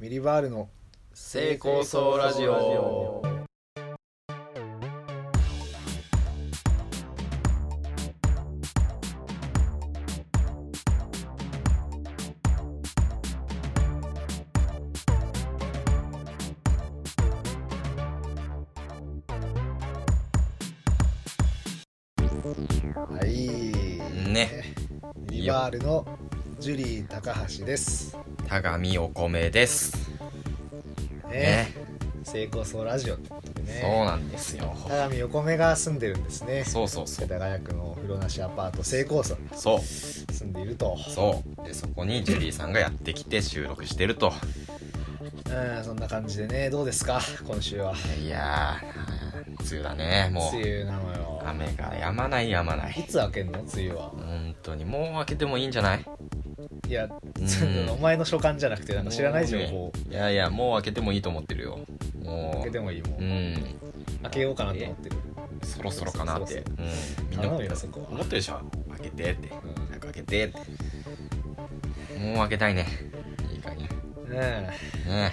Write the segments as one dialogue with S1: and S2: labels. S1: ミリバールの
S2: 成功そうラジオ
S1: はい
S2: ね
S1: ミリバールのジュリー高橋です
S2: 田上お米です
S1: ね
S2: ね
S1: 成功そうラジオってことで
S2: そう
S1: ね
S2: なんですよ
S1: 田上横目が住んでるんですね
S2: そうそうそ
S1: 世
S2: う
S1: 田谷区の風呂なしアパート成功荘に
S2: そう
S1: 住んでいると
S2: そうでそこにジュリーさんがやってきて収録してると
S1: うんそんな感じでねどうですか今週はい
S2: やー梅雨だねも
S1: 梅
S2: う
S1: 雨なのよ
S2: 雨が止まない止まないい
S1: つ開けんの梅雨は
S2: 本当にもう開けてもいいんじゃない
S1: いや、
S2: ん
S1: お前の所感じゃなくてなんか知らない情報
S2: もうねいやいやもう開けてもいいと思ってるよも
S1: 開
S2: う
S1: けてもいいもん、
S2: うん
S1: 開けようかなと思ってる、
S2: そろそろかなって
S1: そろそ
S2: うんみんな
S1: 頼むよそこは
S2: 思ってるでしょ開けてって
S1: うん
S2: 早く開けてってもう開けたいねいい加減
S1: ね
S2: ね
S1: え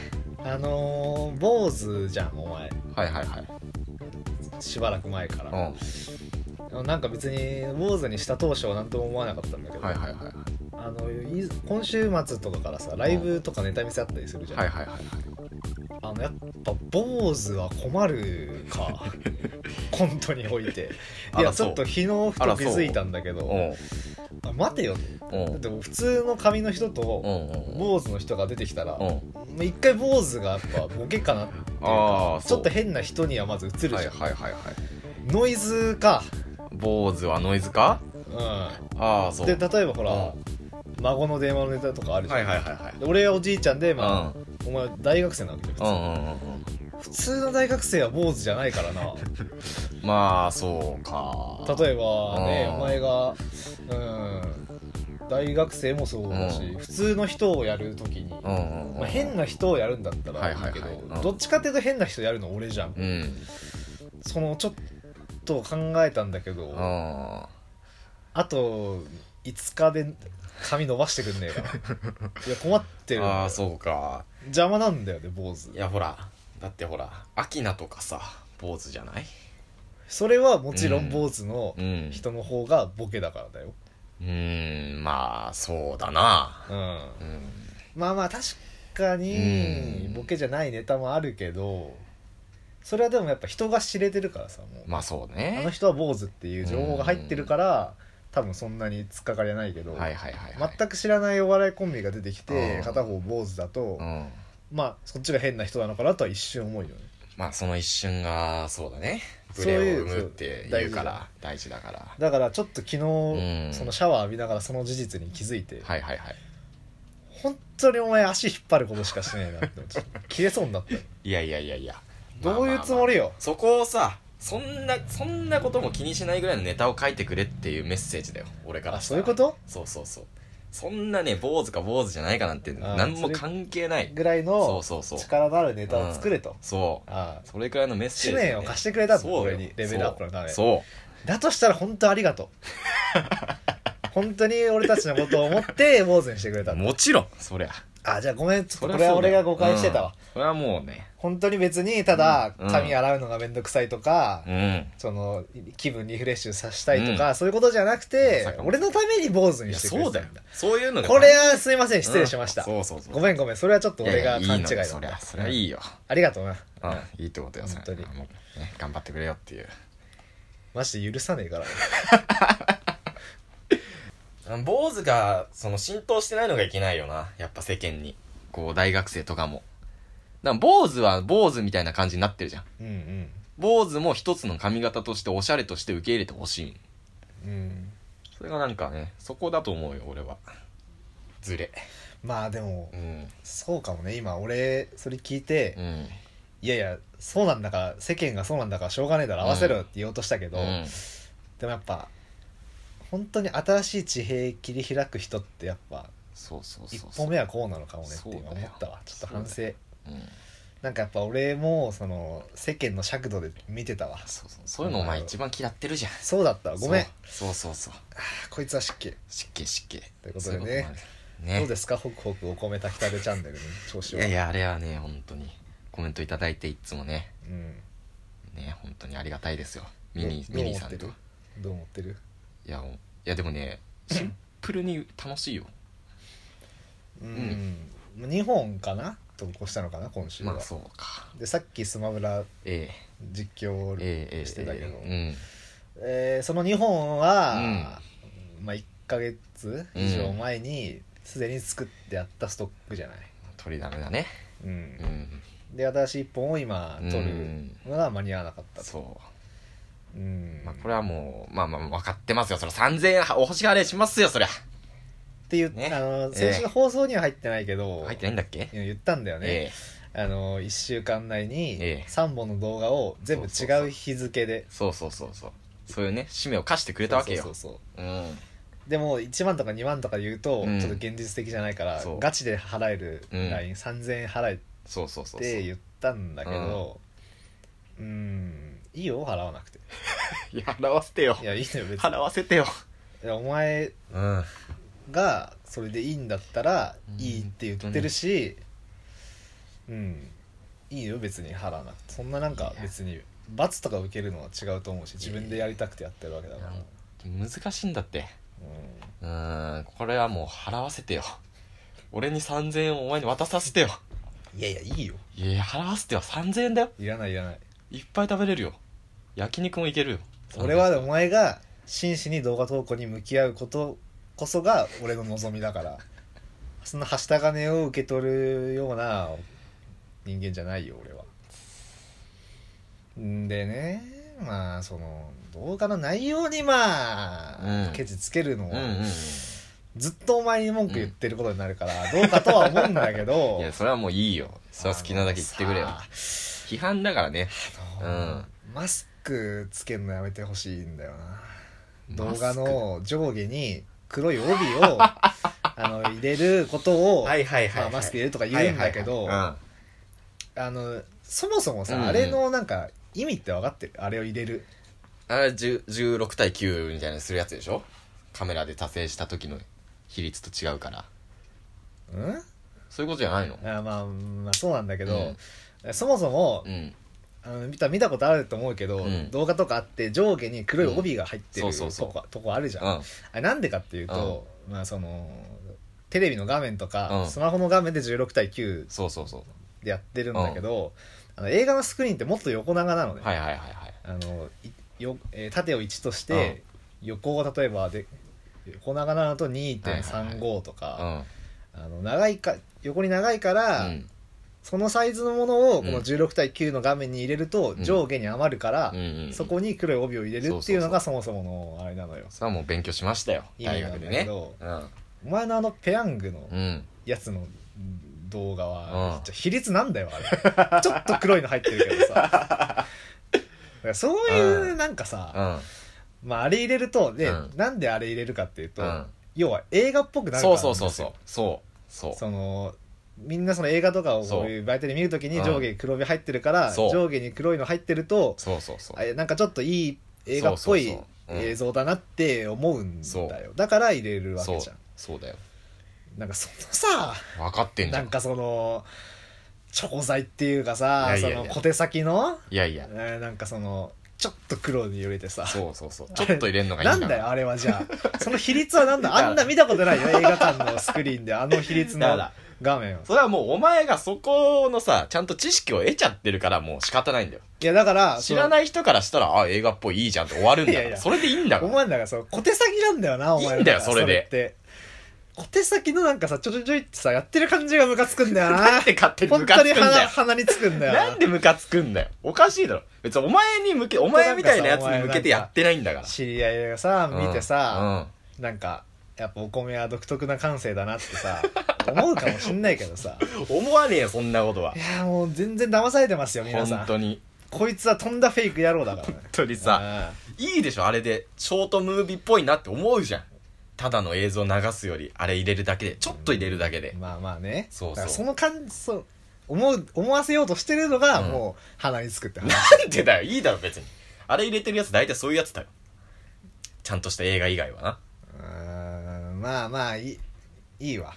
S1: あのー、坊主じゃんお前
S2: はいはいはい
S1: しばらく前か
S2: うん
S1: ら、なんか別に坊主にした当初は何とも思わなかったんだけど、
S2: はいはいはいは
S1: あのい今週末とかからさライブとかネタ見せあったりするじ
S2: い
S1: ゃん、
S2: はいはいはい
S1: あのやっぱ坊主は困るか コントにおいてい
S2: あ
S1: や
S2: ら
S1: ち
S2: そう
S1: ょっと昨日ふと気づいたんだけ
S2: う
S1: ど
S2: ん
S1: あ待てよ
S2: うん
S1: だって普通の髪の人
S2: う
S1: と
S2: んうん
S1: 坊主の人が出てきたら
S2: うん
S1: 一回坊主がやっぱボケかなっていう
S2: あ
S1: か
S2: あ
S1: ちょっと
S2: は
S1: 変な人にはまず映るじゃん、
S2: いはいはいはい
S1: ノイズか、
S2: 坊主はノイズか
S1: う
S2: ああそ
S1: ん、
S2: う
S1: で例えばほら、
S2: うん
S1: 孫の電話のネタとかあるじゃん、
S2: はいはいはいはい
S1: で俺はおじいちゃんで、
S2: う
S1: ま
S2: ん
S1: あお前大学生なわけじゃん普通,、
S2: うんうんうん
S1: 普通の大学生は坊主じゃないから な
S2: うんまあそうか
S1: 例えばね、
S2: うん
S1: お前が、うん、大学生もそうだし、
S2: う
S1: 普通の人をやるときに、
S2: うんうんうん
S1: まあ、変な人をやるんだったらいいけど、
S2: はいはいはいうん
S1: どっちかっていうと変な人やるの俺じゃん、
S2: うん
S1: そのちょっと考えたんだけど、
S2: あ
S1: あと5日で髪伸ばしてくんね えかないや困ってる
S2: あそうか
S1: 邪魔なんだよね坊主
S2: いやほらだってほらアキナとかさ坊主じゃない
S1: それはもちろん坊主の
S2: うん
S1: 人の方がボケだからだよ、
S2: うーんまあそうだな
S1: うん、
S2: うん
S1: まあまあ確かに
S2: うん
S1: ボケじゃないネタもあるけどそれはでもやっぱ人が知れてるからさもう
S2: まあそう
S1: あの
S2: ね
S1: 人は坊主っていう情報が入ってるから多分そんなに突っかかりはないけど、
S2: はいはいはい、はい、
S1: 全く知らないお笑いコンビが出てきて、
S2: うん
S1: 片方坊主だと、
S2: うん
S1: まあそっちが変な人なのかなとは一瞬思うよね
S2: まあその一瞬がそうだね
S1: そ
S2: ブ
S1: うい
S2: レ
S1: う
S2: を生むって
S1: そう大
S2: 言う
S1: 事だ
S2: から大事だから
S1: だからちょっと昨日、
S2: ん
S1: そのシャワー浴びながらその事実に気づいて、
S2: はいはいはい
S1: 本当にお前足引っ張ることしかしねえなって思って消えそうになったよ
S2: いやいやいやいや
S1: どういうつもり
S2: よ、
S1: よ、
S2: そこをさそんなそんなことも気にしないぐらいのネタを書いてくれっていうメッセージだよ俺から
S1: あ
S2: した
S1: そう
S2: ら
S1: いうこと
S2: そうそうそうそんなね坊主か坊主じゃないかなんて
S1: ー
S2: 何
S1: そ
S2: も
S1: れ
S2: 関係ない
S1: ぐらい
S2: そ
S1: の
S2: うそうそう
S1: 力のあるネタを作れと、
S2: そう
S1: ああ
S2: それくらいのメッセ
S1: 使
S2: ージだ
S1: 命
S2: よ
S1: を
S2: ね
S1: 貸してくれたんだ
S2: そうよ
S1: 俺にレベルアップのため
S2: そう
S1: だとしたら本当ありがと う本当に俺たちのことを思って坊主にしてくれた
S2: そうん
S1: だ
S2: もちろんそりゃ
S1: あじゃあごめんちょっと
S2: そりゃ
S1: これは
S2: そうだ
S1: 俺
S2: よ
S1: が誤解してたわ、
S2: うんそれはもうね
S1: 本当に別にただ
S2: うん
S1: 髪洗うのがめんどくさいとか、
S2: うん
S1: その気分リフレッシュさせたいとか、そういうことじゃなくて
S2: まさか
S1: 俺のために坊主
S2: い
S1: に
S2: や
S1: してくれ
S2: そう
S1: て
S2: だ
S1: た
S2: よ
S1: んだ
S2: そういうのが
S1: これはすいません失礼しました、
S2: うんそうそうそう
S1: ごめんごめんそれはちょっと俺が
S2: いや
S1: 勘違い
S2: いやいいのよ
S1: だ
S2: そり
S1: な
S2: ゃそりゃいいよ
S1: ありがとうな
S2: うんいいってことよそれ
S1: 本当に
S2: もうね頑張ってくれよっていう
S1: マジで許さねえから
S2: 坊主がその浸透してないのがいけないよなやっぱ世間にこう大学生とかもだから坊主は坊主みたいな感じになってるじゃん
S1: うんうん
S2: 坊主も一つの髪型としておしゃれとして受け入れてほしい
S1: うん
S2: それがなんかねそこだと思うよ俺はずれ
S1: まあでも
S2: うん
S1: そうかもね今俺それ聞いて、
S2: うん
S1: いやいやそうなんだから世間がそうなんだからしょうがねえだろ合わせろよって言おうとしたけど、
S2: うん
S1: でもやっぱ本当に新しい地平切り開く人ってやっぱ
S2: そうそうそう
S1: 一
S2: そう
S1: 歩目はこうなのかもねって
S2: そうだ
S1: 今
S2: よ
S1: 思ったわちょっと反
S2: そ
S1: 省
S2: うん
S1: なんかやっぱ俺もその世間の尺度で見てたわ
S2: そうそうそういうのお前一番嫌ってるじゃん
S1: そうだったわごめん
S2: そうそうそうそう
S1: こいつは失敬
S2: 湿気湿気
S1: ということでね
S2: そういうこね
S1: どうですかホクホクお米炊きたてチャンネルの調子
S2: い
S1: は
S2: やいやあれはね本当にコメントいただいていつもね
S1: うん
S2: ね本当にありがたいですよミニ
S1: ど
S2: ミニーさんと
S1: どう思ってるどう思ってる
S2: いやもういやでもねシンプルに楽しいよ
S1: うん、2本かな投稿したのかな今週は、
S2: まあそうか
S1: でさっきスマブラ
S2: え
S1: 実況を
S2: えええええ
S1: してたけど、
S2: え
S1: えーその2本は、まあ、1ヶ月以上前にすでに作ってあったストックじゃない、
S2: うん取りだめだね
S1: うん
S2: うん
S1: で私1本を今取るのが間に合わなかったと、
S2: そ
S1: うん
S2: うまあこれはもうまあまあ分かってますよそれ3000円はお欲しがれしますよそりゃ
S1: っていう、
S2: ね
S1: あの
S2: え
S1: 先週の放送には入ってないけど、
S2: 入ってないんだっけ
S1: 言ったんだよね、
S2: ええ
S1: あの1週間内
S2: え
S1: に
S2: え
S1: 3本の動画を全部
S2: そうそうそ
S1: 違う
S2: う
S1: 日付で
S2: そうそうそうそうそういうね使命を課してくれたわけよ
S1: そうそうそう
S2: うん
S1: でも1万とか2万とか言うと
S2: うん
S1: ちょっと現実的じゃないから、
S2: そう
S1: ガチで払える
S2: うん
S1: ライン3000円払えっ
S2: そうそうそうそう
S1: て言ったんだけどうーんいいよ払わなくて
S2: いや払わせてよ
S1: いやいいのよ別に
S2: 払わせてよ
S1: いやお前
S2: うん
S1: がそれでいいんだったら
S2: うん
S1: いいって言ってるしうんいいよ別に払わなくてそんななんか別に罰とか受けるのは違うと思うし自分でやりたくてやってるわけだから、
S2: いうや
S1: ん、
S2: 難しいんだってうーんこれはもう払わせてよ俺に3000円をお前に渡させてよ
S1: いやいやいいよ
S2: いやいや払わせてよ3000円だよ
S1: いらないいらない
S2: いっぱい食べれるよ焼肉もいけるよ
S1: 俺はお前が真摯に動画投稿に向き合うことこそが俺の望みだ からそんなはした金を受け取るような人間じゃないよ俺はんでねまあその動画の内容にまあ、
S2: うん
S1: ケチつけるの
S2: うんうん
S1: は
S2: うん
S1: ずっとお前に文句言ってることになるから、どうかとは思うんだけど
S2: いやそれはもういいよそれは好きなだけ言ってくれよ
S1: あのさ
S2: 批判だからね
S1: あのマスクつけるのやめてほしいんだよな動画の上下に黒い帯を あの入れることを、
S2: いはい
S1: まあ、マスク入れるとか言うんだけど、
S2: は
S1: あのそもそもさ、
S2: うんうん
S1: あれのなんか意味って分かってるあれを入れる
S2: いはいうんあれ10 16対9みたいなのするやつでしょカメラで達成した時の比率と違うから
S1: うん
S2: そういうことじゃないの
S1: あまあ、まあ、そうなんだけど、そもそも
S2: うん
S1: あの見た見たことあると思うけど、
S2: うん
S1: 動画とかあって上下に黒い帯が入ってる
S2: う
S1: とこ,、
S2: んそうそうそう
S1: とこあるじゃん、
S2: う
S1: あ
S2: ん
S1: れなんでかっていうと、まあそのテレビの画面とか、
S2: うん
S1: スマホの画面で16対9
S2: そうそうそう
S1: でやってるんだけど、あの映画のスクリーンってもっと横長なのね、
S2: はいはいはいはい
S1: あのいよえー縦を1として、横を例えばで横長なのと2.35とか、
S2: うん
S1: あの長いか横に長いから、
S2: うん
S1: そのサイズのものを
S2: うん
S1: この16対9の画面に入れると
S2: うん
S1: 上下に余るから、
S2: うんうん
S1: そこに黒い帯を入れるっていうのがそ
S2: そ
S1: もそものあれなのよ。
S2: それはもう勉強しましたよ
S1: 意味
S2: 大
S1: な
S2: 学
S1: ん
S2: で
S1: だけ
S2: ね
S1: ど
S2: うん
S1: お前のあのペヤングの
S2: うん
S1: やつの動画は、
S2: うん
S1: ちょ比率なんだよあれ ちょっと黒いの入ってるけどさだからそういううんなんか
S2: う
S1: さ、
S2: ん
S1: まあ、あれ入れるとで、
S2: うん
S1: なんであれ入れるかっていうと、
S2: うん
S1: 要は映画っぽくなるから
S2: そ
S1: な
S2: うん
S1: です
S2: そ
S1: よ
S2: うそうそうそうそう
S1: そのみんなその映画とかをこういう媒体で見るときに
S2: うん
S1: 上下に黒帯入ってるから、
S2: そう
S1: 上下に黒いの入ってると
S2: そうそうそう
S1: あなんかちょっといい映画っぽ
S2: そう
S1: い
S2: そうそううん
S1: 映像だなって思うん
S2: そ
S1: だよ
S2: う
S1: だから入れるわ
S2: そ
S1: け
S2: う
S1: じゃん
S2: そうだよ
S1: なんかそのさ
S2: 分かってんじゃ
S1: なんんかそのチョコ材っていうかさ
S2: いやいやい
S1: そ
S2: や
S1: の小手先の、
S2: いやいや
S1: えーなんかそのちょっと黒に入れてさ
S2: そうそう そうちょっと入れんのがいい
S1: なんん
S2: だ
S1: だよあれはじゃあその比率はなんだあんな見たことないよ映画館のスクリーンであの比率
S2: だか
S1: の
S2: ら
S1: 画面を
S2: それはもうお前がそこのさちゃんと知識を得ちゃってるからもう仕方ないんだよ
S1: いやだから
S2: 知ら
S1: い
S2: ない人からしたらあ映画っぽいいいじゃんって終わるんだか
S1: いやい
S2: ら
S1: や
S2: それでいいんだか
S1: お
S2: ら
S1: 前なんかそう小手先なんだよなお前の中
S2: いいんだよそれで
S1: って小手先のなんかさちょちょちょいってさやってる感じ がムカつくんだよな
S2: なんで勝手にム
S1: 本
S2: カ
S1: 当
S2: つく
S1: に
S2: んだ
S1: 鼻
S2: よ
S1: 鼻につくんだよ
S2: なんでムカつくんだよおかしいだろ別にお前に向けお前みたいなやつに向けてやってないんだから
S1: 知り合いがさ 見て
S2: うん
S1: さ、
S2: うん
S1: なんかやっぱお米は独特な感性だなってさ 思うかもしんないけどさ
S2: 思わねえよそんなことはい
S1: やもう全然騙されてますよ皆さ
S2: 本
S1: ん
S2: 当に
S1: こいつはとんだフェイク野郎だからね
S2: 本当にさいいでしょあれでショートムービーっぽいなって思うじゃんただの映像流すよりあれ入れるだけでちょっと入れるだけ
S1: う
S2: で
S1: んまあまあね
S2: そうそう
S1: だからその感じそう思う思わせようとしてるのが
S2: うん
S1: もう鼻につくって話、
S2: なんでだよいいだろ別にあれ入れてるやつ大体そういうやつだよちゃんとした映画以外はな
S1: うーんまあまあいいいいわ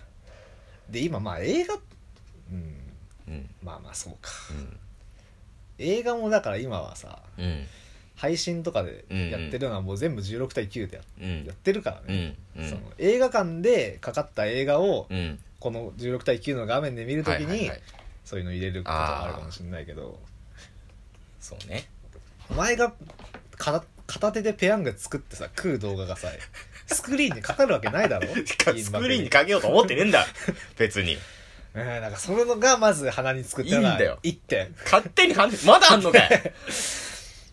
S1: で今まあ映画うん
S2: うん
S1: まあまあそうか
S2: うん
S1: 映画もだから今はさ
S2: うん
S1: 配信とかでやってるのはもう全部16対9でや
S2: う
S1: や
S2: ん
S1: ってるから
S2: う
S1: ね、
S2: んうん
S1: その映画館でかかった映画を
S2: うん
S1: この16対9の画面で見るとき
S2: はいはい
S1: に
S2: はい
S1: そういうの入れることがあるかもしれないけど
S2: そうね
S1: お前が片片手でペヤング作ってさ食う動画が さスクリーンにかかるわけないだろ
S2: スクリーンにかけようと思ってねえんだ別に
S1: うんなんかそれのがまず鼻に作って
S2: いいんだよ
S1: 1点
S2: 勝手にはねまだあんのかい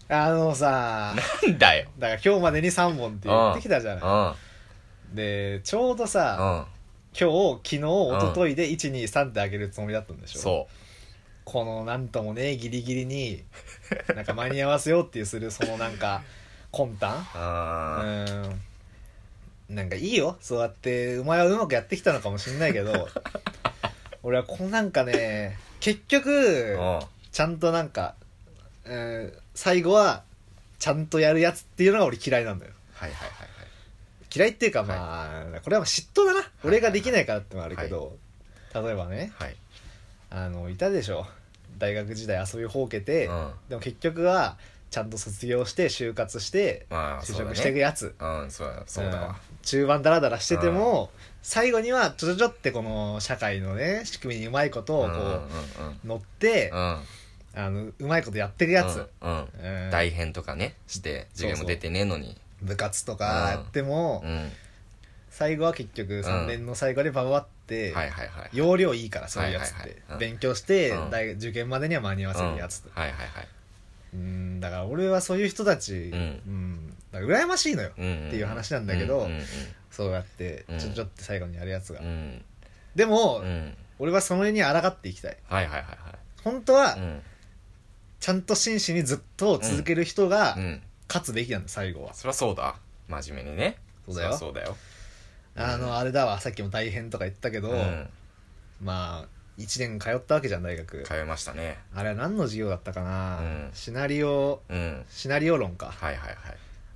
S1: あのさ
S2: なんだよ
S1: だから今日までに3本って言ってきたじゃ
S2: う
S1: なんいでちょうどさ、
S2: うん
S1: 今日昨日一昨日で123ってあげるつもりだったんでしょ
S2: そ
S1: このなんともねギリギリになんか間に合わせようっていうするそのなんか魂胆
S2: うう
S1: うんーんなんかいいよそうやってお前はうまくやってきたのかもしんないけど俺はこうなんかね結局
S2: うん
S1: ちゃんとなんか、うん、最後はちゃんとやるやつっていうのが俺嫌いなんだよ
S2: はいはいはいはい
S1: 嫌いっていうかまあ、これはまあ嫉妬だな、俺ができないからってのもあるけど、例えばね
S2: はい
S1: あのいたでしょ大学時代遊びほうけて、
S2: うん
S1: でも結局はちゃんと卒業して就活して
S2: まあ
S1: 就
S2: そうだ
S1: 職していく
S2: ね
S1: やつ、
S2: うんそうだそうだ
S1: うん
S2: わ
S1: 中盤ダラダラしてても、最後にはちょちょちょってこの社会のね仕組みにうまいことをこ
S2: うんうん
S1: う乗って、
S2: うんうん
S1: あのうまいことやってるやつ、
S2: うんうん
S1: うん
S2: 大変とかねして
S1: そうそう
S2: 授業も出てねえのに
S1: 部活とかやっても、
S2: うん
S1: 最後は結局3年の最後でバババって、
S2: はいはいはい
S1: 容量いいからそういうやつって、
S2: はいはいはいうん
S1: 勉強して、
S2: うん
S1: 大受験までには間に合わせるやつと
S2: うんはいはいはい
S1: うんだから俺はそういう人たち、うんだから羨ましいのよ、
S2: うん
S1: っていう話なんだけど
S2: うんうん
S1: そうやって
S2: うん
S1: ちょちょって最後にやるやつが、
S2: うん
S1: でも、
S2: うんうん
S1: 俺はその絵に抗っていきたい
S2: はいはいはい
S1: 本当は
S2: はいうん
S1: ちゃんと真摯にずっと続ける人が
S2: うん
S1: 勝つべきなんだ最後は、
S2: そりゃそうだ真面目にね
S1: そうだよ
S2: りゃそうだよ
S1: あのあれだわさっきも大変とか言ったけど、
S2: うん
S1: まあ1年通ったわけじゃん大学
S2: 通いましたね
S1: あれは何の授業だったかな、
S2: うん
S1: シナリオ
S2: うん
S1: シナリオ論か
S2: はいはいはい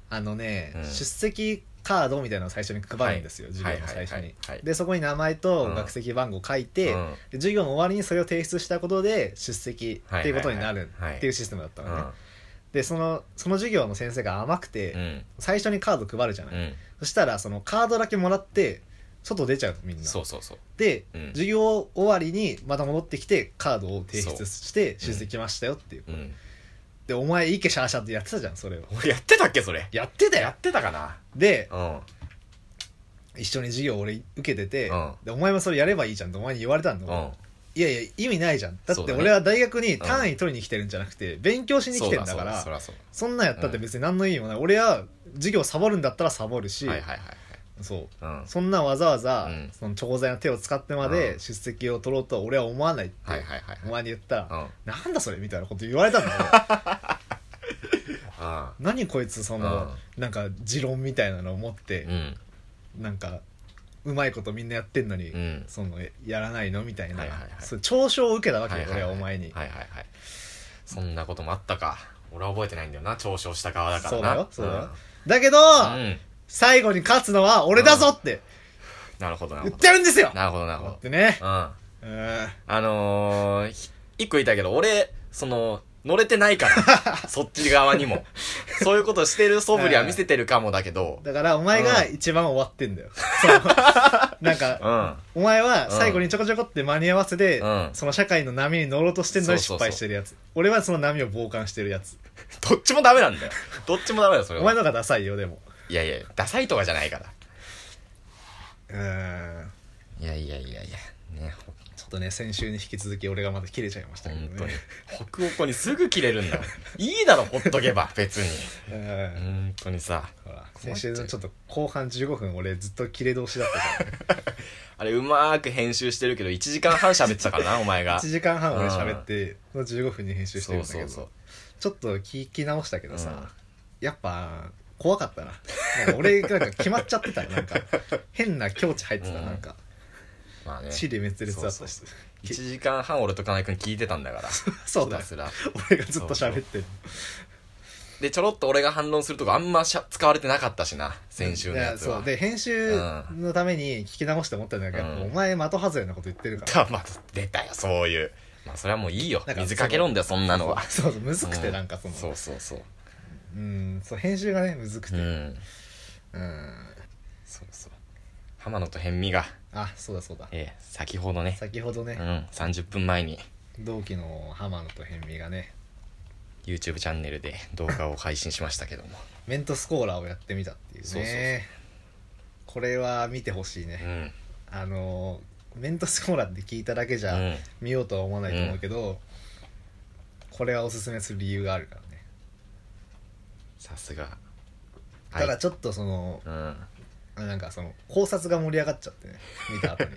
S1: あのね、
S2: うん
S1: 出席カードみたいなのを最初に配るんですよ、
S2: はい
S1: 授業の最初に、
S2: はいはいはいはい
S1: でそこに名前と学籍番号書いて、
S2: うん
S1: で授業の終わりにそれを提出したことで出席っていうことになる
S2: はいはいはいはい
S1: っていうシステムだった
S2: う
S1: のね、でそのその授業の先生が甘くて、
S2: ん
S1: 最初にカード配るじゃない、
S2: うん
S1: そしたらそのカードだけもらって外出ちゃうみんな
S2: そうそうそう
S1: で、
S2: うん
S1: 授業終わりにまた戻ってきてカードを提出して出席来ましたよっていう、
S2: うん
S1: でお前イケシャーシャーってやってたじゃんそれを
S2: 俺やってたっけそれ
S1: やってた
S2: や
S1: よ
S2: ってたかな
S1: で
S2: うん
S1: 一緒に授業俺受けてて、
S2: うん
S1: でお前もそれやればいいじゃんってお前に言われたんだ、
S2: うん
S1: いやいや意味ないじゃんだっ
S2: そう
S1: て
S2: だね
S1: 俺は大学に単位取りに来てるんじゃなくて勉強しに来てんだ
S2: そう
S1: か
S2: だ
S1: ら
S2: そ
S1: そ
S2: りゃそうだ
S1: んなんやったって別に何の意味もない、俺は授業サボるんだったらサボるし、
S2: はいはいはいはい
S1: そう
S2: うん
S1: そんなわざわざ、
S2: うん
S1: その調剤の手を使ってま
S2: う
S1: で
S2: ん
S1: 出席を取ろうとは俺は思わないって、
S2: はいはいはい
S1: お
S2: はい
S1: 前に言ったら、
S2: うん
S1: なんだそれみたいなこと言われ たんだよ
S2: あ
S1: 何こいつその、なんか持論みたいなのを持って、
S2: うん
S1: なんかうまいことみんなやってんのに、
S2: うん
S1: そのえやらないのみたいな、
S2: はいはいはい
S1: そう嘲笑を受けたわけよ、
S2: はいはいはい
S1: 俺はお前に、
S2: はいはいはいそんなこともあったか俺は覚えてないんだよな嘲笑した側だか
S1: そう
S2: らな
S1: だよそうだよ
S2: ん
S1: だけど、
S2: うん
S1: 最後に勝つのは俺だぞって
S2: なるほどな
S1: 言
S2: るほ
S1: っ
S2: ど
S1: てるんですよ
S2: なるほどなるほ
S1: 思っ
S2: ど
S1: てね
S2: うんあ
S1: うんあ
S2: のーひ一個言いたいけど俺その乗れてないから そっち側にもそういうことしてる素振りは見せてるかもだけ ど
S1: だからお前が
S2: う
S1: 一番終わってんだよ、 そうなんか
S2: うん
S1: お前は最後にちょこちょこって間に合わせで、
S2: うん
S1: その社会の波に乗ろうとしてんのに
S2: そ
S1: 失
S2: うそうそう
S1: 敗してるやつ俺はその波を傍観してるやつ
S2: どっちもダメなんだよどっちもダメだよそれ
S1: お前の
S2: は
S1: 方がダサいよでも
S2: いやいやダサいとかじゃないから
S1: うん
S2: いやいやいやいやねほ
S1: ちょっとね先週に引き続き俺がまた切れちゃいましたけど
S2: 本
S1: ね
S2: 当に北欧子にすぐ切れ るんだいいだろほっとけば別に
S1: うん
S2: 本当にさ
S1: ほら先週のちょっと後半15分俺ずっと切れ通しだったから、ね、
S2: あれうまーく編集してるけど1時間半喋ってたから なお前が
S1: 1時間半俺喋ってその15分に編集してる
S2: そ
S1: ん
S2: う
S1: だけ
S2: そ
S1: ど
S2: うそう
S1: ちょっと聞き直したけどさ、
S2: うん
S1: やっぱ怖かったななんか俺なんか決まっちゃってたよなんか変な境地入ってた、
S2: うん
S1: なんか
S2: まあね
S1: 地理滅裂だったし
S2: そうそう1時間半俺と金井君聞いてたんだから
S1: そう
S2: ひ
S1: だ
S2: た
S1: よ
S2: すら
S1: 俺がずっと喋ってる
S2: で、ちょろっと俺が反論するとこあんましゃ使われてなかったしな、先週のやつ
S1: い
S2: は。
S1: そうで編集のために聞き直して思ったんだけど、
S2: うん
S1: お前的外れなこと言ってるから
S2: だまあ、出たよ、そういう。まあ、それはもういいよ
S1: なん。か
S2: 水かけろんだよ、そんなのは。
S1: そうそうむずくて
S2: うん
S1: なんかその
S2: そうそうそう。
S1: うんそう編集がねむずくて
S2: う
S1: うん、
S2: ん。そうそう。浜野と辺見が、
S1: あそうだそうだ
S2: ええ、先ほどね、
S1: 先ほど
S2: う
S1: ね、
S2: ん、30分前に、
S1: 同期の浜野と辺見がね
S2: YouTube チャンネルで動画を配信しましたけども。
S1: メントスコーラをやってみたっていうね
S2: そうそうそう
S1: これは見てほしいうね、
S2: ん。
S1: あのメントスコーラって聞いただけじゃ、
S2: うん
S1: 見ようとは思わないと思うけど、これはおすすめする理由があるからね
S2: さすが。
S1: ただ
S2: はい
S1: ちょっとその、
S2: うん。
S1: なんかその考察が盛り上がっちゃってね見た後 に、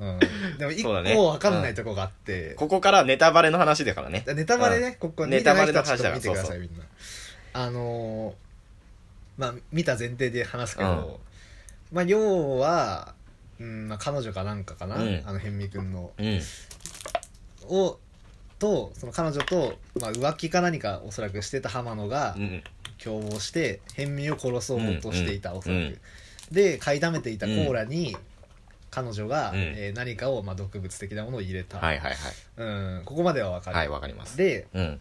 S1: うん、でも一
S2: そうだ
S1: 個
S2: ね
S1: 分かんないとこがあって、
S2: ここからネタバレの話だからね。
S1: ネタバレね、ここ
S2: ネ
S1: 見て
S2: タ
S1: な
S2: バ
S1: い人
S2: レの
S1: たち
S2: 話
S1: ょっと
S2: だ
S1: 見てくだ
S2: そ
S1: さ
S2: う
S1: いみんなあのーまあ見た前提で話すけど、まあ要は、うんまあ、彼女かなんかかな、
S2: うん
S1: あの辺見くんの
S2: うん。
S1: をとその彼女と、まあ、浮気か何かおそらくしてた浜野が、
S2: うん。
S1: 共謀して変身を殺そうとしていた、
S2: うん
S1: おそらく、
S2: うん
S1: で買いだめていたコーラに、彼女が、
S2: うん
S1: えー何かを、まあ、毒物的なものを入れた、
S2: はいはい
S1: うん、ここまでは分か
S2: はい。
S1: る、
S2: はい、わかります。
S1: で、
S2: うん。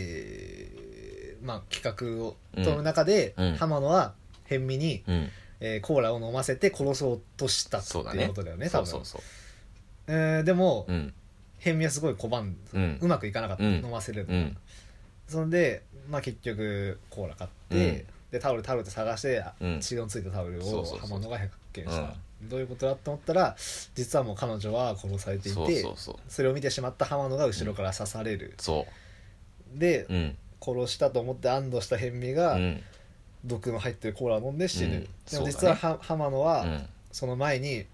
S1: えーまあ、企画を
S2: うん
S1: との中で、
S2: うん
S1: 浜野は変身に、
S2: うん。
S1: えーコーラを飲ませて殺そうとしたって
S2: そうだ
S1: いう
S2: ね。
S1: ことだよね
S2: そ
S1: 多
S2: うそう
S1: 分
S2: そう。
S1: うんでも、
S2: うん。
S1: 変身はすごい拒んで、
S2: う
S1: うんまくいかなかった、
S2: うん
S1: 飲ませるの、
S2: うん。
S1: そんで、まあ、結局コーラ買って、
S2: うん
S1: でタオルタオルって探して、あ
S2: うん
S1: 血のついたタオル
S2: そう
S1: を
S2: そうそう
S1: 浜野が発見した、どういうことだと思ったら実はもう彼女は殺されていて
S2: そうそうそう。
S1: それを見てしまった浜野が後ろから刺される、
S2: そ
S1: で、
S2: う。うん。
S1: 殺したと思って安堵した辺見が、
S2: うん。
S1: 毒の入ってるコーラを飲んで死ぬ、
S2: うん
S1: でも
S2: そう
S1: 実
S2: だ
S1: は
S2: ね
S1: は浜野
S2: う
S1: は、
S2: ん。
S1: その前に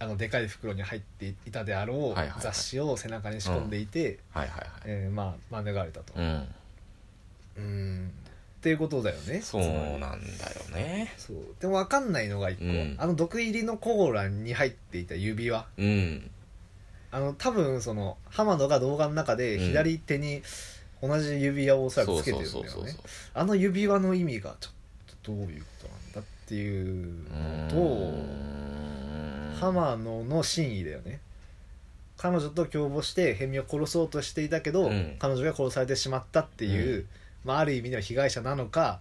S1: あのでかい袋に入っていたであろ
S2: はいはいは
S1: う
S2: い
S1: 雑誌を背中に仕込んでいて、
S2: はいはいはい。
S1: えーまあ免れたと。
S2: うん。
S1: うんっていうことだよね
S2: そう
S1: つまり
S2: なんだよね。
S1: そうでも分かんないのが一個、
S2: うん
S1: あの毒入りのコーラに入っていた指輪
S2: うん。
S1: あの多分その浜野が動画の中で
S2: うん
S1: 左手に同じ指輪をおそ
S2: そ
S1: らく
S2: う
S1: つけ
S2: そ
S1: て
S2: う
S1: るんだ
S2: そう
S1: よ
S2: そう
S1: ね。あの指輪の意味がちょっとどういうことなんだっていうのと浜野の真意だよね彼女と共謀してヘミを殺そうとしていたけど、
S2: うん
S1: 彼女が殺されてしまったっていう、
S2: う
S1: まあ、ある意味では被害者なのか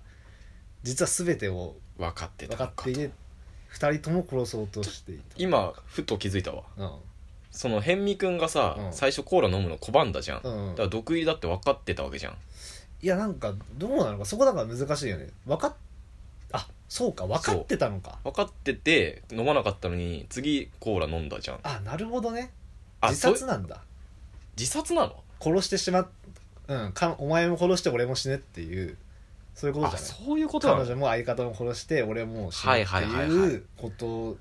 S1: 実は全てを
S2: 分かって
S1: 分
S2: た
S1: か
S2: の
S1: っていて2人とも殺そうとしていた
S2: 今ふと気づいたわ
S1: うん
S2: その辺見くんがさ、
S1: うん
S2: 最初コーラ飲むの拒んだじゃん、だ
S1: うん
S2: から毒入りだって分かってたわけじゃん
S1: いやなんかどうなのかそこだから難しいよね分かっあそうか分かってたのか
S2: 分かってて飲まなかったのに次コーラ飲んだじゃん
S1: あなるほどね
S2: あ
S1: 自
S2: そ
S1: 殺
S2: う
S1: なんだ
S2: 自殺なの
S1: 殺してしまっうんかお前も殺して俺も死ねっていうそういうことじ
S2: あ
S1: ゃない
S2: そういうことな
S1: 彼
S2: の
S1: 女も相方も殺して俺も死ぬって
S2: はいはいはい
S1: い
S2: は
S1: うこと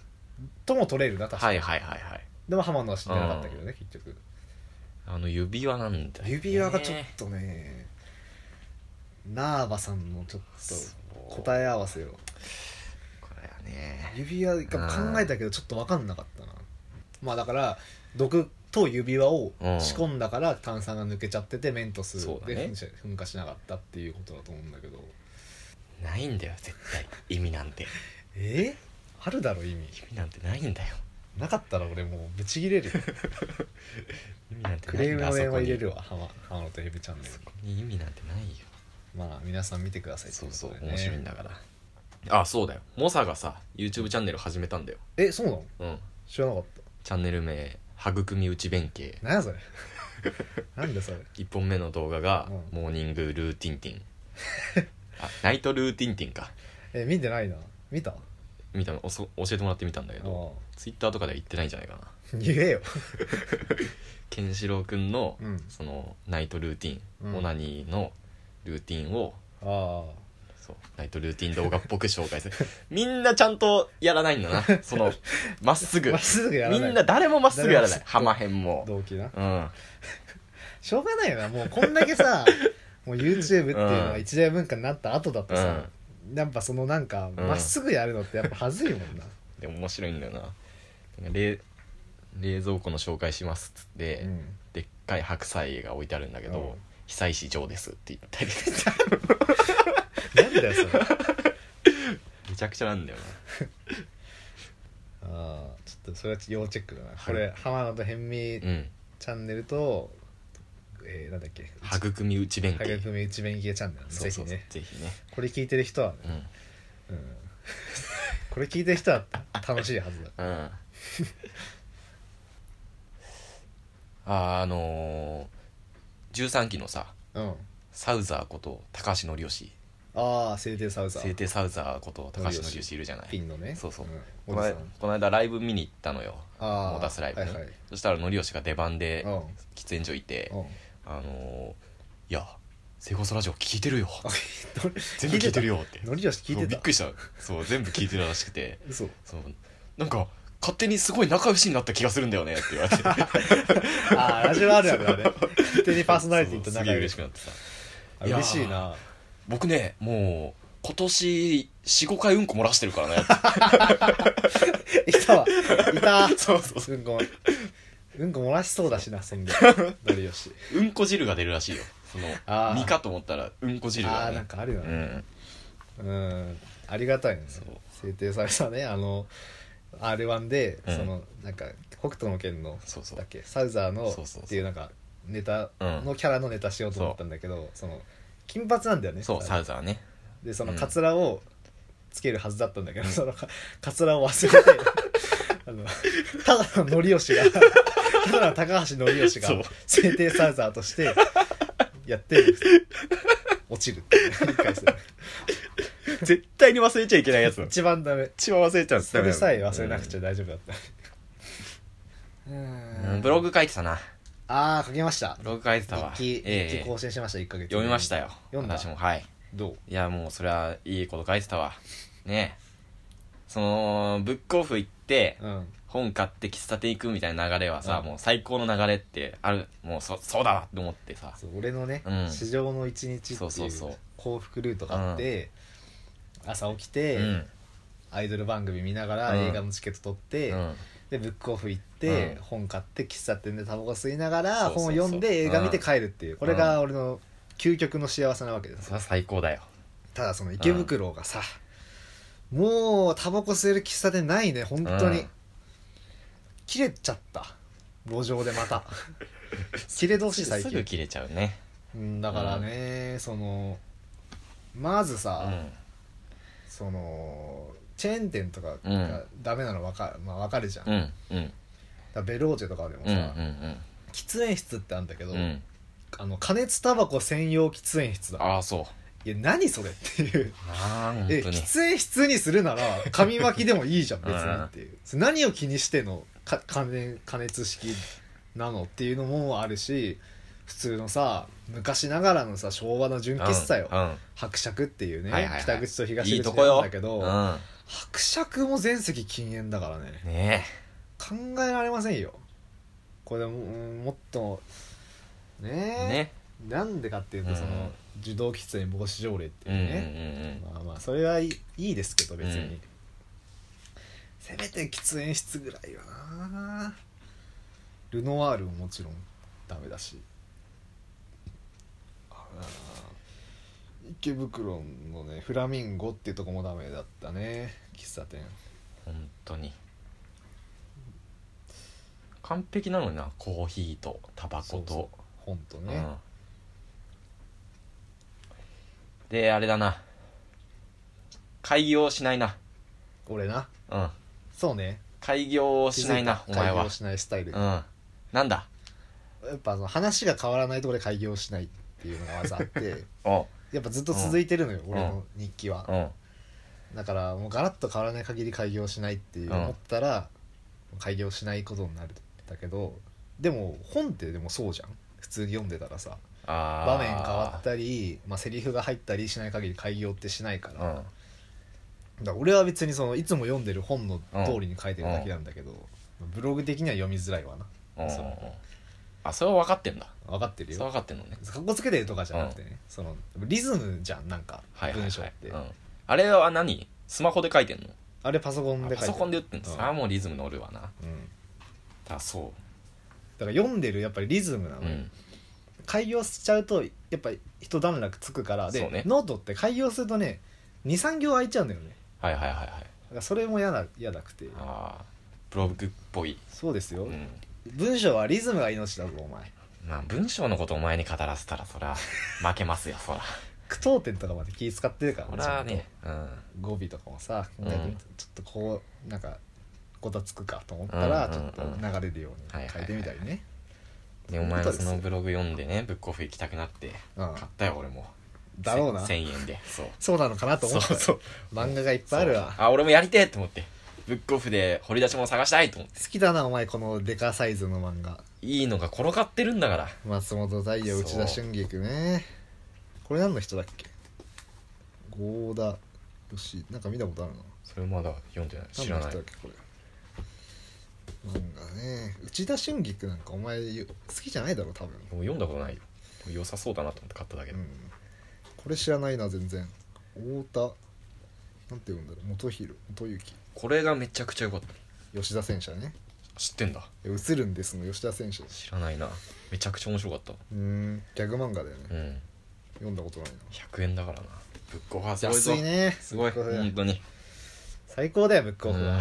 S1: とも取れるな確か
S2: は
S1: に、
S2: いはいはいはい
S1: でも浜野は死んでなかったけどね、結局
S2: あの指輪なんだよね、
S1: 指輪がちょっとねナーバさんのちょっと
S2: え
S1: 答え合わせを
S2: これはね
S1: 指輪が考えたけどちょっと分かんなかったなまあだから毒と指輪を仕込んだから炭酸が抜けちゃっててメントス
S2: そうだね
S1: で噴射噴火しなかったっていうことだと思うんだけど
S2: ないんだよ絶対意味なんて
S1: えあるだろ意味
S2: 意味なんてないんだよ
S1: なかったら俺もうブチギレる よ
S2: 意味なんて
S1: ク
S2: ない
S1: レー
S2: ん
S1: ム
S2: だ
S1: の電
S2: あそこ
S1: 話入
S2: に
S1: れるわ浜浜野とヘビチャンネ
S2: そこに意味なんてないよ
S1: ルまあ皆さん見てください
S2: そうそう
S1: といことでね
S2: 面白いんだからあそうだよモサがさ YouTube チャンネル始めたんだよ
S1: えそうなの
S2: うん
S1: 知らなかっ
S2: チャンネル名「育み内弁慶
S1: た何やそれ なんでそれ」
S2: 1本目の動画が「
S1: う
S2: モーニングルーティンテ ィン」あナイトルーティンティンか
S1: え見てないな見たあ
S2: みたいなおそ教えてもらってみたんだけど
S1: あ
S2: Twitter とかでは言ってないんじゃないかな
S1: 言えよ
S2: ケンシロウくんの、
S1: うん
S2: そのナイトルーティン、
S1: うん
S2: オナニーのルーティンを
S1: ああ
S2: そうナイトルーティン動画っぽく紹介する みんなちゃんとやらないんだな そのまっすぐ
S1: まっすぐやらな
S2: み
S1: い
S2: んな誰もまっすぐやらない
S1: 誰も
S2: 浜辺も
S1: 動機な
S2: うん
S1: しょうがないよなもうこんだけ さもう YouTube っていうの
S2: う
S1: は
S2: ん
S1: 一大文化になった後だとさ、やっぱそのなんか
S2: うん
S1: まっすぐやるのってやっぱ恥ずいも んな、
S2: でも面白いんだよななんか冷冷蔵庫の紹介しますっつって、
S1: うん
S2: でっかい白菜が置いてあるんだけど、
S1: うん
S2: 久石譲ですって 言ったり
S1: なんだよそれ
S2: めちゃくちゃなんだよな
S1: ああちょっとそれは要チェックだな、
S2: い
S1: これ浜野と辺見
S2: うん
S1: チャンネルと、えー、なんだっけ
S2: 「育み内弁
S1: はげ
S2: 慶
S1: くみ内弁慶チャンネル、ね、」
S2: そうそうそ
S1: ぜ
S2: う
S1: ひね
S2: ぜひね
S1: これ聞いてる人はね、
S2: うん
S1: う ん、これ聞いてる人は楽しいはずだ
S2: うん あーあのー、13期のさ
S1: うん
S2: サウザーこと高橋紀義
S1: ああ聖帝サウザー
S2: 聖帝サウザーこと高橋紀義いるじゃな
S1: ピ
S2: い
S1: ンのね
S2: そうそうんこ
S1: お
S2: の
S1: じさ
S2: 間
S1: ん
S2: この間ライブ見に行ったのよ
S1: あ
S2: モータスライブね、
S1: はいはい
S2: そしたら紀義が出番で
S1: うん
S2: 喫煙所いて
S1: うん
S2: 「あのー、いや生活ラジオ聞いてるよ」
S1: あどれ
S2: 全部聞いてるよって
S1: のりよし聞い
S2: そう
S1: て
S2: び
S1: た
S2: っくりしたそう全部聞いてるらしくて
S1: 嘘
S2: そうなんか勝手にすごい仲良しになった気がするんだよねって言われて
S1: ああラジオあるあるだ ね勝手にパーソナリティと
S2: そうす
S1: 仲
S2: げえ
S1: 良い
S2: 嬉しくなってさ
S1: あ嬉しいな
S2: 僕ねもう今年45回うんこ漏らしてる からね
S1: いたわいた
S2: そうそうそ
S1: うんこうんこ漏らしそうだしなそんで のりよし
S2: ううんこ汁が出るらしいよその
S1: あー
S2: 身かと思ったらうんこ汁
S1: あ
S2: が
S1: あ
S2: ね
S1: なんかあるよ
S2: う
S1: ね
S2: ん
S1: うんありがたいね
S2: そう
S1: 制定されたねあの r 1で、
S2: うん
S1: そのなんか北斗の拳の
S2: そうそう
S1: だっけサウザーの
S2: そうそうそう
S1: っていうなんかネタ
S2: うん
S1: のキャラのネタしようと思ったんだけど、その金髪なんだよね
S2: そう
S1: あれ
S2: サウザーね
S1: でその
S2: うん
S1: カツラをつけるはずだったんだけど、そのかカツラを忘れて あのただの則吉が ただの高橋則吉が
S2: そう
S1: 制定サウザーとしてやって落ちるっていう繰り返す
S2: 絶対に忘れちゃいけないやつ
S1: 一番ダメ
S2: 一番忘れちゃう
S1: それさえ忘れなくちゃ
S2: ゃ、
S1: 大丈夫だった、
S2: うんブログ書いてたな
S1: ああ書けました
S2: ブログ書いてたわ
S1: 日記、
S2: ええ
S1: 日記更新しました1ヶ月
S2: 読みましたよ
S1: 読んだ
S2: 私もはい
S1: どう
S2: いやもうそれはいいこと書いてたわねえそのブックオフ行って
S1: うん
S2: 本買って喫茶店行くみたいな流れはさ、
S1: うん
S2: もう最高の流れってあるもうそそうだわと思ってさ
S1: そう俺のね、
S2: うん
S1: 市場の一日って
S2: そうそ
S1: いうう
S2: そう
S1: 幸福ルートがあって、朝起きて、
S2: うん
S1: アイドル番組見ながら
S2: うん
S1: 映画のチケット取って、
S2: うん
S1: でブックオフ行って、
S2: うん
S1: 本買って喫茶店でタバコ吸いながら
S2: そうそうそう
S1: 本読んで映画見て帰るっていうこれが俺の究極の幸せなわけです
S2: それは最高だよ
S1: ただその池袋がさ、もうタバコ吸える喫茶店ないね本当に、
S2: うん
S1: 切れちゃった路上でま た切れ通し最
S2: すぐ
S1: 近
S2: 切れちゃうね
S1: うんだからね、そのまず
S2: う
S1: さ、
S2: ん
S1: そのチェーン店とか
S2: う
S1: が
S2: ん
S1: ダメなの分かる,、まあ、わかるじゃん、
S2: う
S1: だか
S2: んうん
S1: らベローチェとかでも
S2: うん
S1: さ、
S2: うん
S1: 喫煙室ってあるんだけど、
S2: うんうん
S1: あの加熱タバコ専用喫煙室だ
S2: ああそう
S1: いや何それっていう
S2: ああ本
S1: え
S2: 当に
S1: 喫煙室にするなら紙巻きでもいいじゃん別にっていうそれ何を気にしてのか加熱加熱式なのっていうのもあるし普通のさ昔ながらのさ昭和の純喫茶よ、
S2: うんうん
S1: 伯爵っていうね、
S2: はいはいはい
S1: 北口と東
S2: いい
S1: 口
S2: と
S1: なん
S2: こよ
S1: だけど
S2: うん
S1: 伯爵も全席禁煙だからね
S2: ね
S1: 考えられませんよこれもうんもっとね
S2: え
S1: え
S2: ね
S1: なんでかっていうと、
S2: うん
S1: その受動喫煙防止条例って
S2: う
S1: いうん
S2: うんうん
S1: ね、まあまあそれはいいいいですけど別に、
S2: うん
S1: せめて喫煙室ぐらいはなルノワールももちろんダメだしあー池袋のねフラミンゴっていうとこもダメだったね喫茶店
S2: 本当に完璧なのになコーヒーとタバコと
S1: そう本当ね、
S2: うんであれだな開業しないな
S1: 俺な
S2: うん
S1: そうね
S2: 開業をしないな
S1: 気づい
S2: お
S1: た
S2: 前
S1: 開
S2: は
S1: 業しないスタイル、
S2: う
S1: や
S2: んなんだ
S1: っぱその話が変わらないところで開業しないっていうのがまずあ って
S2: お
S1: やっぱずっと続いてるのよ、
S2: ん
S1: 俺の日記は、
S2: うん
S1: だからもうガラッと変わらない限り開業しないっていう
S2: うん
S1: 思ったら、開業しないことになるんだけどでも本ってでもそうじゃん普通に読んでたらさ
S2: あ
S1: 場面変わったたりまあ、セリフが入ったりしない限り開業ってしないから,、
S2: う
S1: だ
S2: ん
S1: から俺は別にそのいつも読んでる本の通りに書いてるだけなんだけど、ブログ的には読みづらいわな
S2: うん
S1: その
S2: あそれは分かってんだ
S1: 分かってる
S2: そ
S1: よ
S2: れは分かってんのね
S1: かっこつけてるとかじゃなくてね、そのリズムじゃんなんか
S2: はいはいは
S1: 文
S2: い
S1: 章って、
S2: うんあれは何スマホで書いてんの
S1: あれパソコンで書
S2: あ
S1: いて
S2: パ
S1: る
S2: ソコンで打ってんの
S1: うん
S2: それはもうリズム乗るわな
S1: うん
S2: だそう
S1: だから読んでるやっぱりリズムなの
S2: う
S1: よ、
S2: ん
S1: 開業しちゃうとやっぱ一段落つくからで、
S2: そうね
S1: ノートって開業するとね23行空いちゃうんだよね
S2: はいはいはいはい
S1: だからそれも嫌な嫌なくて
S2: ああブログっぽい、
S1: そうですよ、
S2: うん、
S1: 文章はリズムが命だぞお前
S2: まあ文章のことをお前に語らせたらそら負けますよ そら
S1: 句読点とかまで気使ってるから
S2: そ
S1: ちゃ
S2: ら
S1: んと
S2: ねうん
S1: 語尾とかもさ考えてみてちょっとこうなんかこたつくかと思った
S2: う
S1: ら
S2: ん
S1: ち
S2: うん
S1: ょ
S2: うん
S1: っと流れるように書いてみたりね
S2: でお前のそのブログ読んでねブックオフ行きたくなって
S1: うん
S2: 買ったよ俺も
S1: だろうな
S2: せん1000円でそう
S1: そうなのかなと思った
S2: そうそう
S1: 漫画がいっぱいあるわ
S2: そうあ俺もやりてえと思ってブックオフで掘り出し物探したいと思って
S1: 好きだなお前このデカサイズの漫画
S2: いいのが転がってるんだから
S1: 松本太陽内田俊菊ねこれ何の人だっけ郷田よしなんか見たことあるな
S2: それまだ読んでない知ら
S1: 何の
S2: ない
S1: 人だっけこれ漫画ね内田俊菊なんかお前よ好きじゃないだろ多分
S2: もう読んだことないよ良さそうだなと思って買っただけ
S1: う
S2: で、
S1: んこれ知らないな全然太田なんて読うんだろう元弘元幸
S2: これがめちゃくちゃ良かった
S1: 吉田選手だね
S2: 知ってんだ
S1: 映るんですの吉田選手う
S2: 知らないなめちゃくちゃ面白かった
S1: ーんギャグ漫画だよね
S2: うん
S1: 読んだことないな
S2: 100円だからなぶっこはすごいぞ
S1: 安いね
S2: すごい
S1: ブックオフ
S2: 本当に
S1: 最高だよブックオフは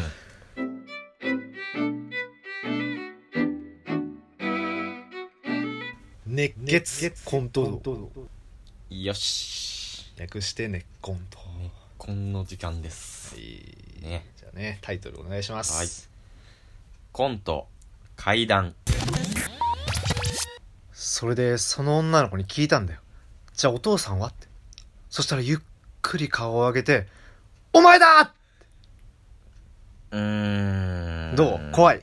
S1: 熱血コント道
S2: うんよし
S1: 略して熱コント
S2: こんの時間ですね
S1: じゃあねタイトルお願いします
S2: はいコント怪談
S1: それでその女の子に聞いたんだよじゃあお父さんはってそしたらゆっくり顔を上げて「お前だ!
S2: うー」ん
S1: どう怖
S2: い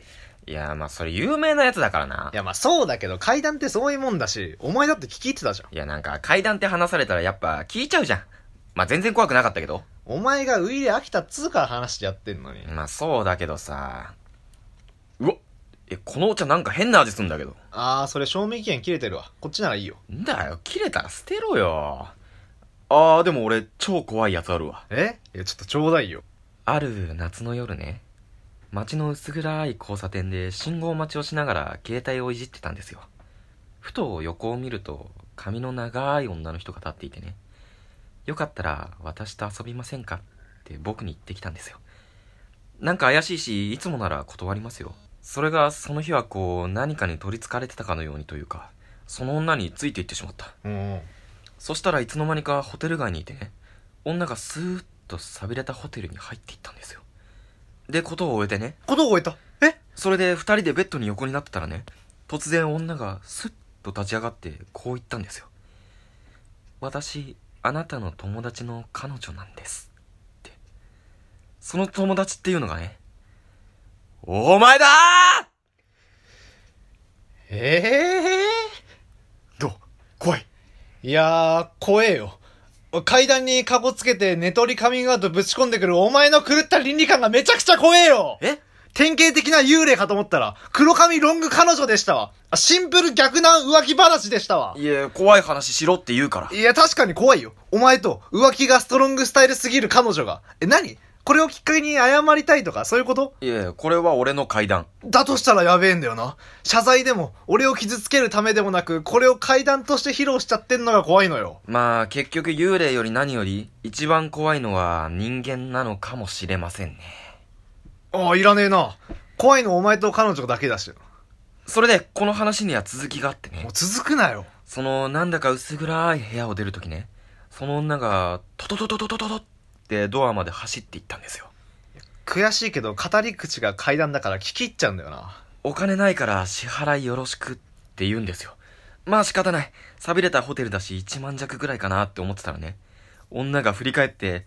S1: い
S2: いやまあそれ有名なやつだからない
S1: やまあそうだけど階段ってそういうもんだしお前だって聞き入ってたじゃん
S2: いやなんか怪談って話されたらやっぱ聞いちゃうじゃんまあ全然怖くなかったけど
S1: お前がウイで飽きたっつうから話してやってんのに
S2: まあそうだけどさうわえこのお茶なんか変な味すんだけど
S1: ああそれ賞味期限切れてるわこっちならいいよ
S2: んだよ切れたら捨てろよあーでも俺超怖いやつあるわ
S1: えいやちょっとちょうだいよ
S2: ある夏の夜ね街の薄暗い交差点で信号待ちをしながら携帯をいじってたんですよふと横を見ると髪の長い女の人が立っていてねよかったら私と遊びませんかって僕に言ってきたんですよなんか怪しいしいつもなら断りますよそれがその日はこう何かに取りつかれてたかのようにというかその女についていってしまった
S1: うん
S2: そしたらいつの間にかホテル街にいてね、女がスーッと寂れたホテルに入っていったんですよ。で、ことを終えてね、
S1: ことを終えたえ
S2: それで二人でベッドに横になってたらね、突然女がスッと立ち上がってこう言ったんですよ。私、あなたの友達の彼女なんです。って。その友達っていうのがね、お前だー
S1: え
S2: どう怖い。
S1: えいやー怖えよ階段にカゴつけて寝取りカミングアウトぶち込んでくるお前の狂った倫理観がめちゃくちゃ怖えよ
S2: え
S1: 典型的な幽霊かと思ったら黒髪ロング彼女でしたわあシンプル逆な浮気話でしたわ
S2: いや、怖い話しろって言うから。
S1: いや、確かに怖いよ。お前と浮気がストロングスタイルすぎる彼女が。え、何これをきっかけに謝りたいとか、そういうこと
S2: いや、これは俺の階段。
S1: だとしたらやべえんだよな。謝罪でも、俺を傷つけるためでもなく、これを階段として披露しちゃってんのが怖いのよ。
S2: まあ結局幽霊より何より一番怖いのは人間なのかもしれませんね。
S1: ああ、いらねえな。怖いのお前と彼女だけだし。
S2: それでこの話には続きがあってね
S1: もう、続くなよ。
S2: そのなんだか薄暗い部屋を出るときね、その女がトトトトトトトトってドアまで走っていったんですよ。
S1: 悔しいけど、語り口が階段だから聞き入っちゃうんだよな。
S2: お金ないから支払いよろしくって言うんですよ。まあ仕方ない。寂れたホテルだし1万弱ぐらいかなって思ってたらね、女が振り返って、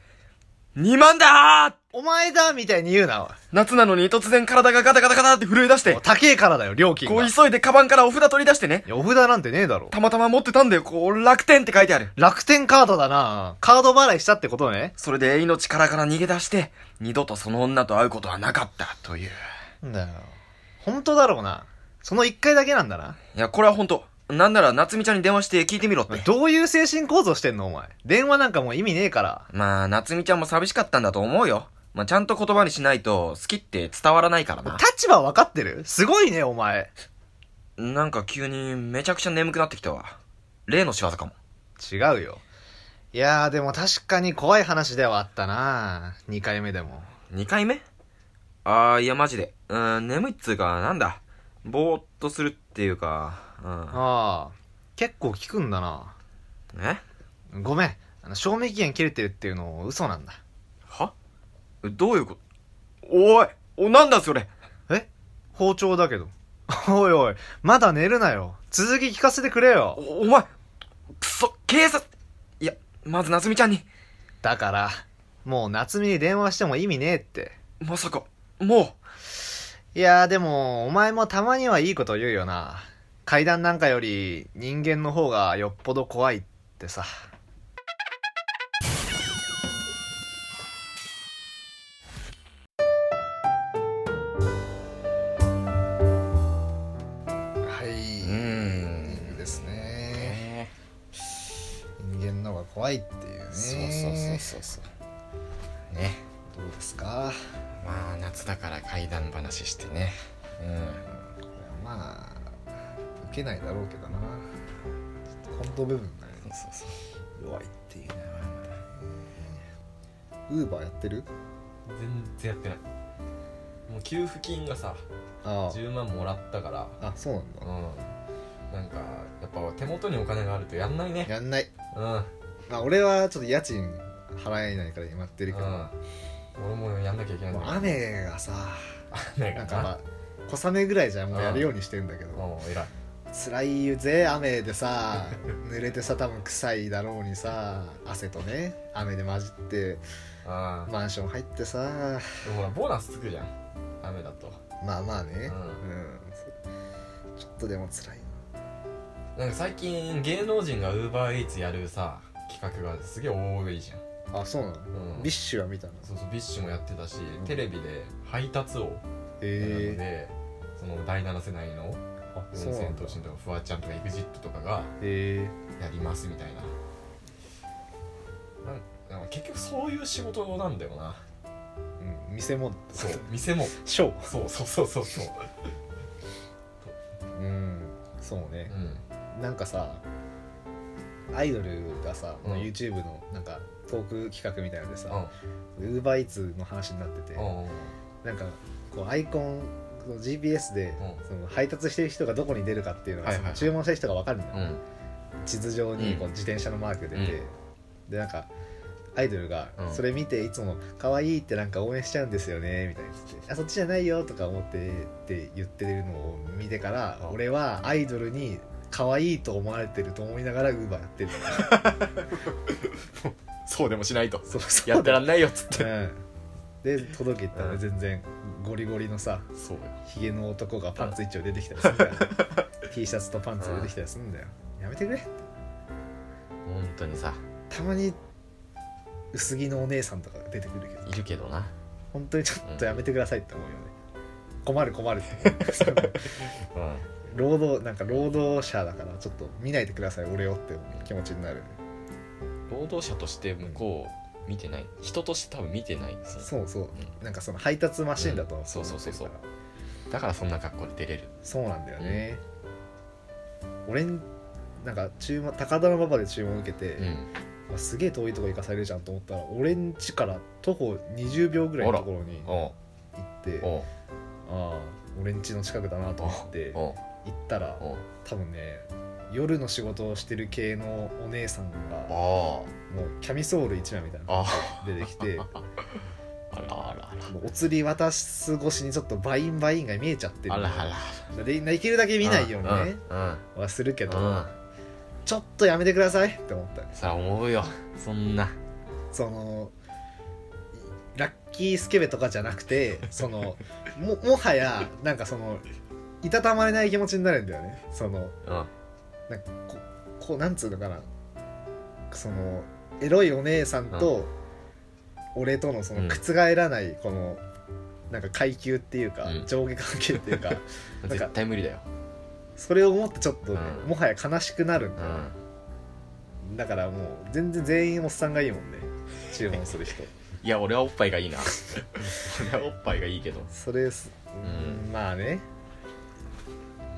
S2: 2万だー
S1: お前だみたいに言うな、
S2: 夏なのに突然体がガタガタガタって震え出し
S1: おい。
S2: て
S1: もう、高えからだよ、料金
S2: こ
S1: が。
S2: う
S1: い
S2: 急いでカバンからお札取り出してね。
S1: や、お札なんてねえだろ。
S2: たまたま持ってたんだよ。こう、楽天って書いてある。
S1: 楽天カードだな。カード払いしたってことね。
S2: それで命からから逃げ出して、二度とその女と会うことはなかったという。
S1: だよ。本当だろうな。その一回だけなんだな。
S2: いや、これは本当なんなら夏美ちゃんに電話して聞いてみろって。
S1: どういう精神構造してんのお前。電話なんかもう意味ねえから。
S2: まあ、夏美ちゃんも寂しかったんだと思うよ。まあ、ちゃんと言葉にしないと、好きって伝わらないからな。
S1: 立場分かってるすごいね、お前。
S2: なんか急にめちゃくちゃ眠くなってきたわ。例の仕業かも。
S1: 違うよいやーでも確かに怖い話ではあったな2回目でも
S2: 2回目あー、いやマジで。うーん、眠いっつうか、なんだ。ぼーっとするっていうか、
S1: ああ結構効くんだな
S2: うん。え
S1: ごめんあの賞味期限切れてるっていうの嘘なんだ
S2: はどういうことおいお、なんだそれ
S1: え包丁だけど おいおいまだ寝るなよ続き聞かせてくれよ
S2: お、お前くそ、警察いや、まず夏美ちゃんに。
S1: だからもう夏美に電話しても意味ねえって
S2: まさか、も
S1: いやーでもお前もたまにはいいこと言うよな階段なんかより人間の方がよっぽど怖いってさは
S2: う。
S1: い
S2: ん。
S1: ですね
S2: え
S1: 人間の方が怖いっていうね
S2: ーそうそうそうそうそう。ね。
S1: どうですか
S2: まあ、夏だから怪談話してね。うん。
S1: これはまあ受けないだろうけどなちょっとコント部分がね
S2: そうそう
S1: 弱いっていうねウーバーやってる
S2: そう。全然やってない。もう給付金がさ、
S1: あ
S2: 10万もらったから、
S1: ああそうなんだ
S2: うん。なんか、やっぱ手元にお金があるとやんないね。
S1: やんない
S2: うん。
S1: まあ俺はちょっと家賃払えないから今やってるけど、
S2: うん俺もやんなきゃいけないん
S1: も
S2: だ
S1: う
S2: よ
S1: 雨がさ
S2: 雨
S1: なん
S2: がな
S1: かまあ小雨ぐらいじゃもうやるようにしてんだけど
S2: おう偉い
S1: 辛いぜ雨でさ濡れてさ多分臭いだろうにさ汗とね雨で混じって
S2: あ
S1: マンション入ってさ
S2: あでもほらボーナスつくじゃん雨だと
S1: まあまあね
S2: う
S1: うんちょっとでも辛い
S2: なんか最近芸能人がウーバーイーツやるさ企画がすげえ多いじゃん、
S1: なあそうなの
S2: うん、
S1: ビッシュは見たの
S2: そうそうビッシュもやってたし、
S1: ん
S2: テレビで配達王なので、
S1: へ
S2: その第7世代の
S1: えあ
S2: 四千頭身とかフワちゃんとかエグジットとかが
S1: へ
S2: やりますみたいななんなんか結局そういう仕事なんだよな
S1: え、うん、店も
S2: そう店も
S1: ショー
S2: そうそうそうそうそう
S1: うんそうね
S2: う、ん
S1: なんかさアイドルがさ、
S2: うん
S1: YouTube のなんかトーク企画みたいなので
S2: う
S1: さ
S2: ん
S1: ウーバーイーツの話になってて、
S2: うん
S1: なんかこうアイコンその GPS で、
S2: うん
S1: その配達してる人がどこに出るかっていうのが、
S2: はいはい
S1: その注文した人が分かるんだよ、
S2: うん
S1: 地図上に
S2: うん
S1: こう自転車のマーク出て、でなんかアイドルが
S2: うん
S1: それ見ていつも「可愛いってなんか応援しちゃうんですよねみたいに言って「あそっちじゃないよ」とか思ってって言ってるのを見てから
S2: うん
S1: 俺はアイドルに可愛いと思われてると思いながらウーバーやってる
S2: そうでもしないと
S1: そうそう
S2: やってらんないよっつって
S1: うん で届けた
S2: う
S1: ら
S2: ん
S1: 全然ゴリゴリのさ
S2: そうよ
S1: ひげの男がパンツ一丁出てきたりするから T シャツとパンツ出てきたりするんだよやめてくれ
S2: 本当にさ
S1: たまに薄着のお姉さんとか出てくるけど
S2: いるけどな
S1: 本当にちょっとやめてくださいって思うよね、困る困る ってその
S2: うん
S1: 労働なんか労働者だからちょっと見ないでください俺をって気持ちになる
S2: 労働者として向こう見てない人として多分見てないそ
S1: そうそう、なんかその配達マシンだと、
S2: うんそうそうそうそう
S1: 思ってるから
S2: だからそんな格好で出れる
S1: そうなんだよね、俺んなんか注文高田馬場で注文受けて、
S2: うん
S1: わすげえ遠いとこ行かされるじゃんと思ったら俺ん家から徒歩20秒ぐらいのところに行
S2: おう
S1: ってあ
S2: おう
S1: あ俺ん家の近くだなと思って行
S2: おう
S1: ったら
S2: おう
S1: 多分ね夜の仕事をしてる系のお姉さんが
S2: あ
S1: もうキャミソール1枚みたいなの
S2: あ
S1: 出てきて
S2: あらあらあら
S1: もうお釣り渡す越しにちょっとバインバインが見えちゃってる
S2: あらあら
S1: でできるだけ見ないようにね
S2: うんうん
S1: はするけど、
S2: うん
S1: ちょっとやめてくださいって思った
S2: そら思うよそんな
S1: そのラッキースケベとかじゃなくてそのももはやなんかそのいたたまれない気持ちになるんだよねその
S2: うん
S1: なんかここうなんつうのかなそのエロいお姉さんと俺とのそうの
S2: ん
S1: 覆らないこのなんか階級っていうか
S2: うん
S1: 上下関係っていう かんか
S2: 絶対無理だよ
S1: それを思ってちょっとね
S2: うん
S1: もはや悲しくなるん
S2: う
S1: だよね
S2: ん
S1: だからもう全然全員おっさんがいいもんね注文する人
S2: いや俺はおっぱいがいい な俺はおっぱいがいいけど
S1: それす、
S2: ん
S1: まあね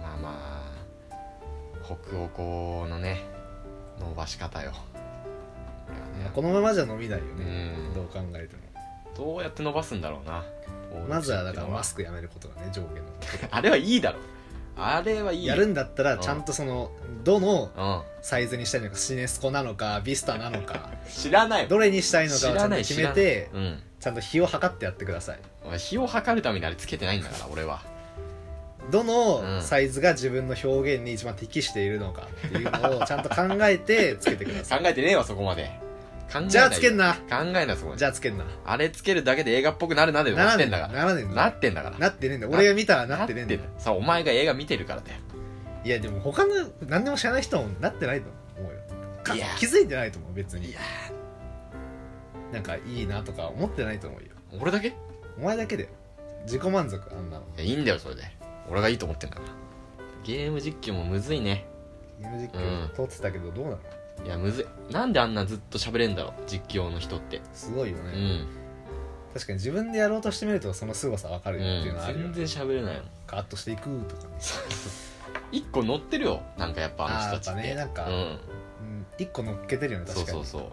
S2: まあま北欧語のね伸ばし方よこれはね
S1: このままじゃ飲みないよ
S2: う
S1: ね、
S2: ん
S1: どう考えて
S2: どうやって伸ばすんだろうな
S1: もまずはだからマス
S2: ク
S1: クやめることがね上限の
S2: あれはいいだろあれはいいよ
S1: やるんだったらちゃんとそのどの
S2: うん
S1: サイズにしたいのかシネスコなのかビスタなのか
S2: 知らない
S1: どれにしたいのかをちゃんと決
S2: 知ら
S1: め
S2: ない
S1: て
S2: うん
S1: ちゃんと日を測ってやってください
S2: お前日を測るためにあれつけてないんだから俺は
S1: ど
S2: うん
S1: のサイズが自分の表現に一番適しているのかっていうの をちゃんと考えてつけてくださ
S2: 考えてねえわそこまで考えない
S1: じゃあつけん
S2: な
S1: な
S2: 考えなそこま
S1: じ
S2: で
S1: ゃあつけんな
S2: あれつけるだけで映画っぽくなるなでな
S1: な
S2: っ
S1: らね
S2: てん
S1: えん
S2: だ
S1: だ
S2: か
S1: ならねえ
S2: ら
S1: ん
S2: な
S1: だ
S2: ってんだから
S1: なってねえんだ俺が見たらなってねえんだよ
S2: ださあお前が映画見てるからだよ
S1: いやでも他の何でも知らない人もなってないと思うよか
S2: いや
S1: 気づいてないと思う別
S2: い
S1: に
S2: や
S1: なんかいいなとか思ってないと思うよ
S2: 俺だけい
S1: お前だけだよ自己満足あんなの
S2: やいいんだよそれで俺がいいと思ってんだからゲーム実況もむずいね
S1: ゲーム実
S2: うん
S1: 況撮ってたけどどうなの、
S2: いやむずいなんであんなずっと喋れんだろう実況の人って
S1: すごいよね、
S2: うん、
S1: 確かに自分でやろうとしてみるとその凄さわか
S2: う
S1: る
S2: ん、
S1: よっていうのはあるよ、
S2: 全
S1: ね
S2: 然喋れないの
S1: カッとしていくとかね
S2: 一個乗ってるよなんかやっぱあの人たちって
S1: あーやっぱね
S2: うん
S1: うん一個乗っけてるよね
S2: そう
S1: 確かに
S2: そうそ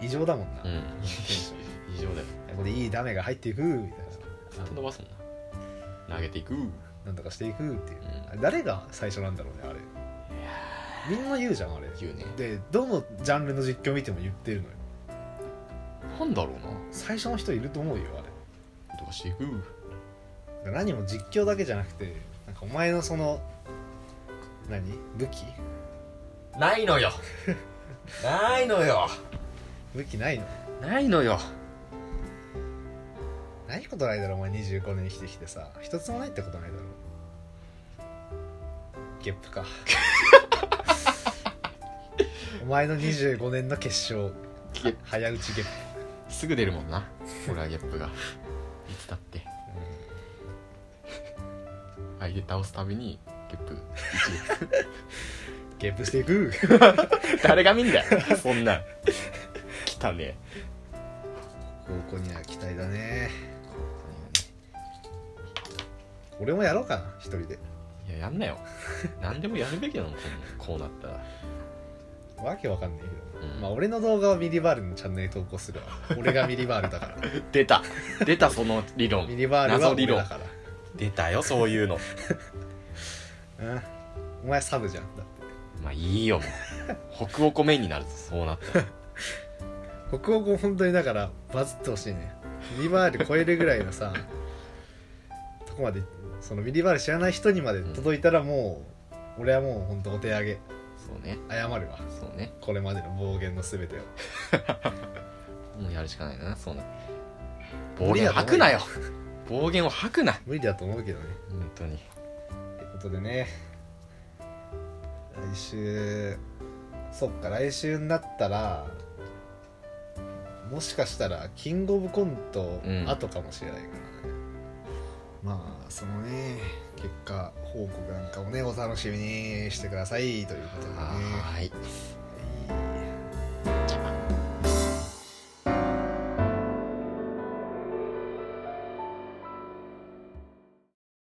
S1: 異常だもんな、
S2: ううん
S1: テンション
S2: 異常だよ
S1: ここでいいダメが入っていくみたい
S2: ずっと伸ばすもんな投げていくうん
S1: ななんとかしていくっていうあれ誰が最初なんだろうねあれみんな言うじゃんあれ
S2: 言うね
S1: でどのジャンルの実況見ても言ってるのよ
S2: なんだろうな
S1: 最初の人いると思うよあれ
S2: どうしていく
S1: 何も実況だけじゃなくてなんかお前のその何武器
S2: ないのよないのよ
S1: 武器ないの
S2: ないのよ
S1: ないことないだろお前25年生きてきてさ一つもないってことないだろゲップ かお前の25年の結晶
S2: ゲップ
S1: 早打ちゲップ
S2: すぐ出るもんな俺はゲップがいつだって相手倒すたびにゲップ
S1: ゲップしていく
S2: 一誰が見んだよそんなん来たね
S1: 高校には期待だね俺もやろうかな一人で
S2: いややんなよ何でもやるべきなのこのこうなったら
S1: わけわかんないけど、
S2: うん
S1: まあ俺の動画はミリバールのチャンネルに投稿するわ俺がミリバールだから
S2: 出た出たその理
S1: ミ
S2: 論
S1: リバールは
S2: 謎
S1: 俺
S2: 理論
S1: だか
S2: 出たよそういうの
S1: ら、うん、お前サブじゃんだって
S2: まあいいよもう北欧メインになるぞそうなったら
S1: 北欧語本当にだからバズってほしいねミリバール超えるぐらいのさとこまでそのミリバール知らない人にまで届いたらもう、俺はもう本当お手上げ
S2: そうね
S1: 謝るわ
S2: そうね
S1: これまでの暴言の全てを
S2: もうやるしかないなそうな暴
S1: 無理だと思うよ
S2: 言吐くなよ暴言を吐くな
S1: 無理だと思うけどね
S2: 本当に
S1: ってことでね来週そっか来週になったらもしかしたらキングオブコント
S2: うん
S1: 後かもしれないからね、まあそのね結果報告なんかをねお楽しみにしてくださいということでね
S2: はーい